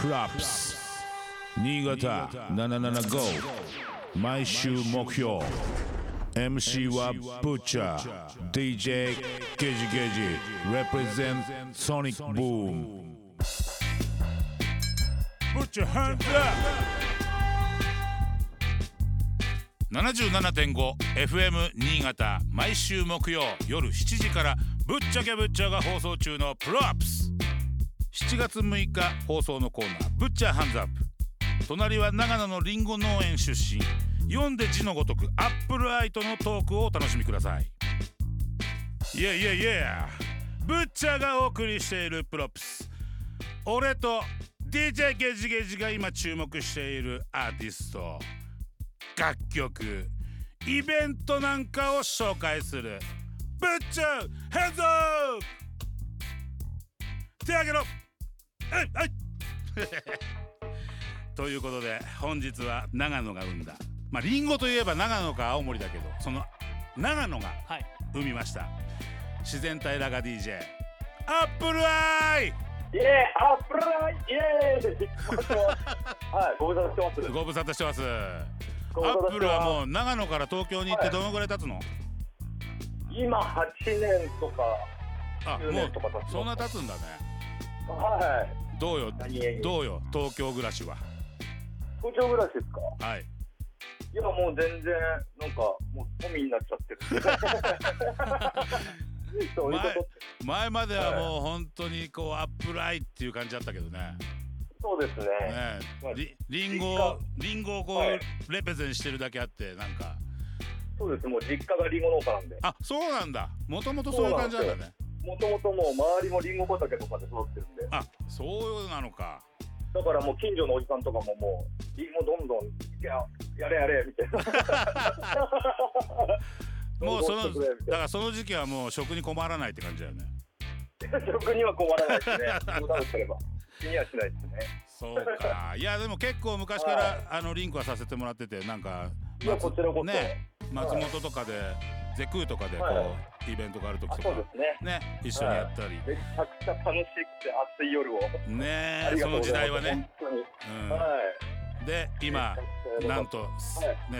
クラップス新潟775毎週目標 MC はブッチャー DJ ゲジゲジ represent ソニックブームブッチャーハン77.5 FM 新潟毎週木曜夜7時からぶっちゃけぶっちゃが放送中のプロアップス7月6日放送のコーナーぶっちゃハンズアップ隣は長野のりんご農園出身読んで字のごとくアップルアイとのトークをお楽しみくださいいやいやいやぶっちゃがお送りしているプロップス俺と DJ ゲジゲジが今注目しているアーティスト楽曲イベントなんかを紹介する「ぶっちゃうヘンズアップ!」手あげろはいはい ということで本日は長野が生んだまあリンゴといえば長野か青森だけどその長野がはい生みました自然体ラガ DJ アップルアイイエーイアップルライイエーイ待ってますはい、ご無沙汰してます。ご無沙汰してますご無ア沙ッ汰プしルてはまもう長野から東京に行ってどのぐらい経つの、す。今8年とか、あ10もう年とか経つのそんな経つんだねはい。どうよ何気にどうよ東京暮らしは東京暮らしですかはいいや、もう全然、なんか、もう、富になっちゃ ってる。そういうことって前まではもう本当にこうアップライっていう感じだったけどねそうですね。ねはいりりんごをりんごをこはいうレペゼンしてるだけあってなんかそうです。もう実家がリンゴ農家なんで。あそうなんだもともとそういう感じなんだねもともともう周りもリンゴ畑とかで育ってるんで。あそうなのかだからもう近所のおじさんとかももう、リンゴどんどん、いや、やれやれ、みたいな。 もうそのどんどんしてくれだみたいからその時期はもう食に困らないって感じだよね な食には困らないですね。そうだとすれば。気にはしないですね。そうか いやでも結構昔から、はあのリンクはさせてもらっててなんかいや、松こちらこそ。ね松はい本とかで、ゼクーとかでこう、はイベントがある時あとかそうですね。ね一緒にやったり、めちゃくちゃ楽しくて暑い夜を。ねありそがとのうご時ざ代いまはす。ね、本当に。うはん、でい。今めちゃくちゃ良かなっんと、いね、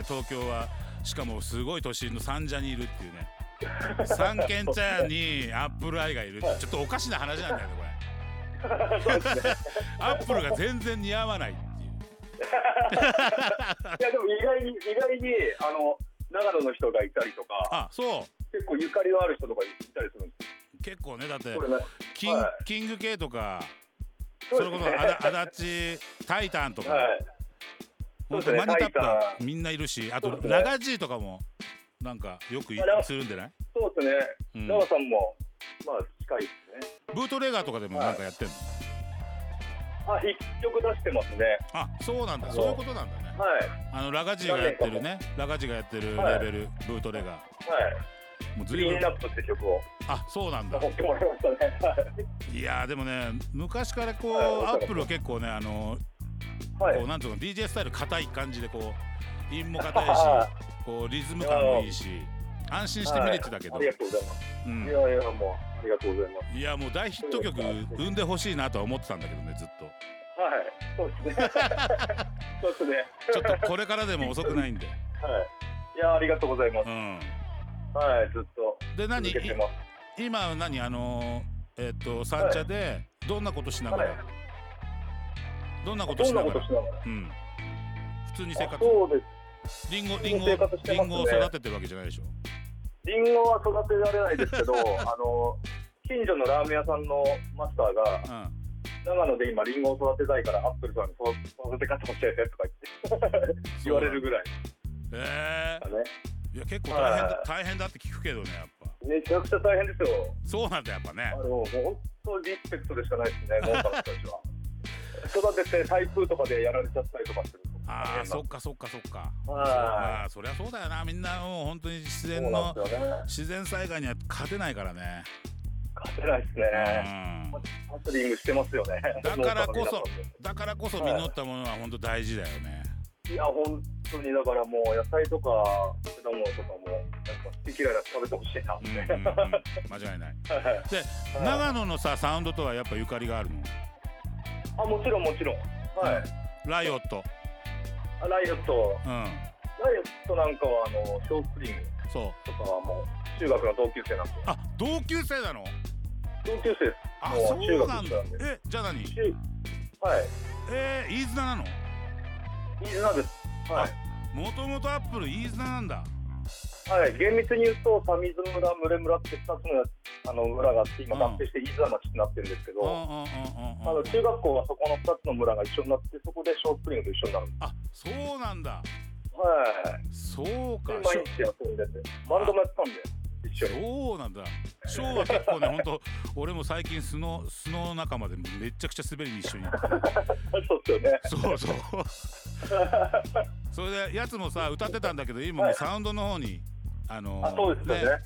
東京はしかもすごい都心の三茶にいるっていうね三軒茶屋にアップルアイがいるってはいちょっとおかしな話なんだよねこれた そうですね。アップルが全然似合わないっていういや、でも意外に、意外に、あの、長野の人がいたりとか、あそ結構ゆかりのある人とかいたりするんですう結構ねだってよ。これね。キン,、はいキング K とかそそうれでこすそねあだ足立タイタンとか、はい。ほんそとうでマすニタねップタイはタみんないるしあそとうですねラガジーとかもなんかよくいあらするんじゃないそうですうね。ん長、さんも、まあ、近いですね。ブートレガーとかでもなんかやってんの、あ、一曲出してますね。あそうなんだそういうことなんだねはい。あのラガジーがやってるねラガジーがやってるレベル、ブートレガはい。ーもうずクいリぶーんンナップって曲をあそうなんだ持ってもらいましたね。はいいやーでもね昔からこう、はいわかアるップルは結構ねあの、はいこう。なんていうの DJ スタイル硬い感じでこう韻も 硬いしはこうリズム感もいいし安心して見れてたけど、はいありがとうございます。ういん、やいや、もう、ありがとうございます。いやもう大ヒット曲生んでほしいなとは思ってたんだけどねずっとはい。そうで すね。そうですね。ちょっとこれからでも遅くないんではい。いや、ありがとうございますう。んはい、ずっとで何続いけてます。今は何あのーえっと三茶でどんなことしながら、はいどんなことどしんなながことらしながらうん普通に生あ活そうです。リンゴ普通リンにゴ生活してリまンすねゴを育ててるわけじゃないでしょリンゴは育てられないです けど、あの、近所のラーメン屋さんのマスターが、うん長野で今リンゴを育てたいからアップルさんに育て方教えてとか言って言われるぐらいえだね。ー、いや結構大変だは大変だって聞くけどねやっぱめちゃくちゃ大変ですよ。そうなんだやっぱねあのもう本当リスペクトでしかないですね、農家の人たちは。育てて台風とかでやられちゃったりとかすると。ああそっか。かそっかそっかはあーそりゃそうだよなみんなもう本当に自い。そ然うのなんですよね。自然災害には勝てないからね、勝てないですね。うん、ハスリングしてますよね。だからこそ農家の皆さだからこそ実ったものは本当大事だよね、んいや、本当にだからもう野菜とか果物とかも、なんか好き嫌いなく食べてほしいなっうんて。うんうん、間違いないはいで、はい長野のさサウンドとはやっぱゆかりがあるの あ、もちろんもちろん。はい、ライオット、あライオット、うん、ライオットなんかは、あの、ショースプリングそうとかはもう、中学の同級生なんで、あ同級生なの同級生ですあもそううなんだ中学生なんで、えじゃあ何中はい、えー、飯綱なの飯綱です。はいもともとアップル飯綱なんだはい、厳密に言うと、三水村、群れ村って2つのやつあの村があって、今、うん合併して飯綱町になってるんですけうんうんど、うんあうんうのん中学校はそこの2つの村が一緒になって、そこでショースプリングと一緒になるんであそうなんだす。はいそうかで毎日遊んでて、バンドもやってたんで、一緒に。そうなんだショーは結構ね本当俺も最近スノースノー仲間でめちゃくちゃ滑りに一緒にそうですよそね。う そうそれでやつもさ歌ってたんだけど今もうサウンドの方にあのあ、そうですよね。はい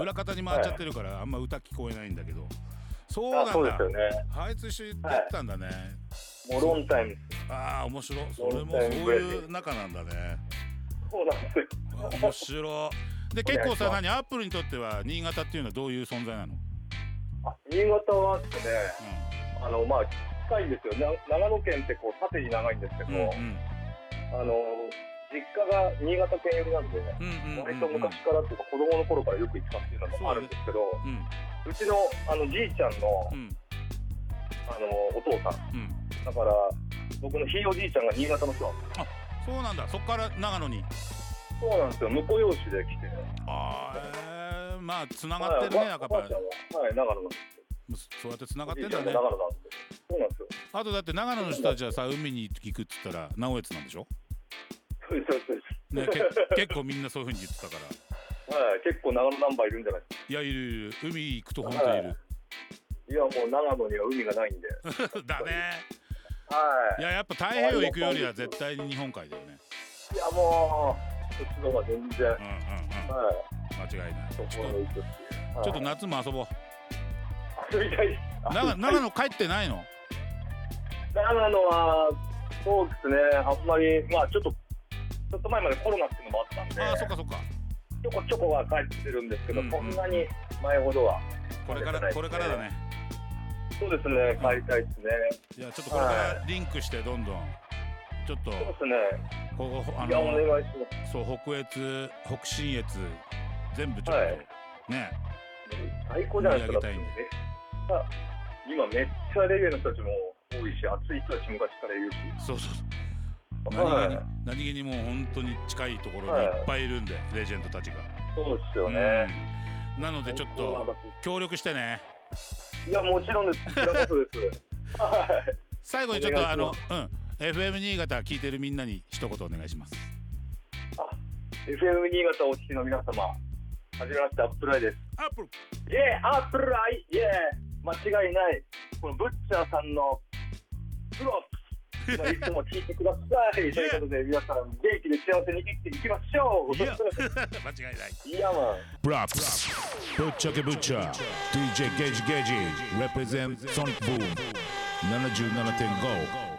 裏方に回っちゃってるからあんま歌聞こえないんだけどそうあなそんうですだよね。あいつ一緒にやってたんだね、もうロンタイム。ああ面白いそれもロそンうタイムいう仲なんだねそうなんですよ。面白いで結構さお願い何アップルにとっては新潟っていうのはどういう存在なの、あ新潟はですね、あの、まあ、近いんですよ。な長野県ってこう縦に長いんですけうど、ん、うんあの、実家が新潟県寄りなんで、うんうんうんうん割と昔からっていうか子供の頃からよく行ってたっていうのもあるんですけど、うんうちのあのじいちゃんのうんあのお父さんうんだから僕のひいおじいちゃんが新潟の人なんでそうなんだそこから長野にすそうなんですよ婿養子で来てあーえーまあつながってるねはいやっおぱばあちゃんははい長野なんですそうやってつながっておじんいちゃだんねが長野なんですよそうなんですよあとだって長野の人たちはさ海に行くっつったら直江津なんでしょ、そうですそうですね、 け結構みんなそういうふうに言ってたからはい結構長野ナンバーいるんじゃないですいやいるいる海行くと本当いる かいやもう長野には海がないんでだねはいいややっぱ太平洋行くよりは絶対に日本海だよねいやもうそっちの方が全然はうんうんういん間違いないちそょっとこの行くっていうはいちょっと夏も遊ぼう遊びたいです長長野帰ってないの長野は、そうですね、あんまり、まあちょっと、ちょっと前までコロナっていうのもあったんで、ああそっかそっかちょこちょこは帰ってるんですけど、うんうんこんなに前ほどは、これか帰ってならいこれからだねそうですね、帰りたいですね、いやちょっとこれからリンクしてどんどんちょっとそうですね、ここあいや、おの願いします。そう北越北信越全部ちょっと、はいね最高じゃないですか、だっ盛り上げたていんでめっちゃ今、めっちゃレゲエの人たちも多いし、熱い人たち昔からいるし、そうそうそう何気はいに、何気にもう本当に近いところにはいいっぱいいるんで、レジェンドたちが、そうですよね。うんなのでちょっと協力してねいや、もちろんです、こちらこそです。はい最後にちょっとあお願のいしうん FM 新潟聞いてるみんなに一言お願いします FM 新潟お聞きの皆様、はじめまして、アップライです。アップルイエーアップルアイイエー間違いないこのブッチャーさんのプロップいつも聞いてくださいということで皆さん元気で幸せに生きていきましょういや間違いない いやマン Props. Butcher ke Butcher. DJ Gage Gage. Represent Sonic Boom. 77.5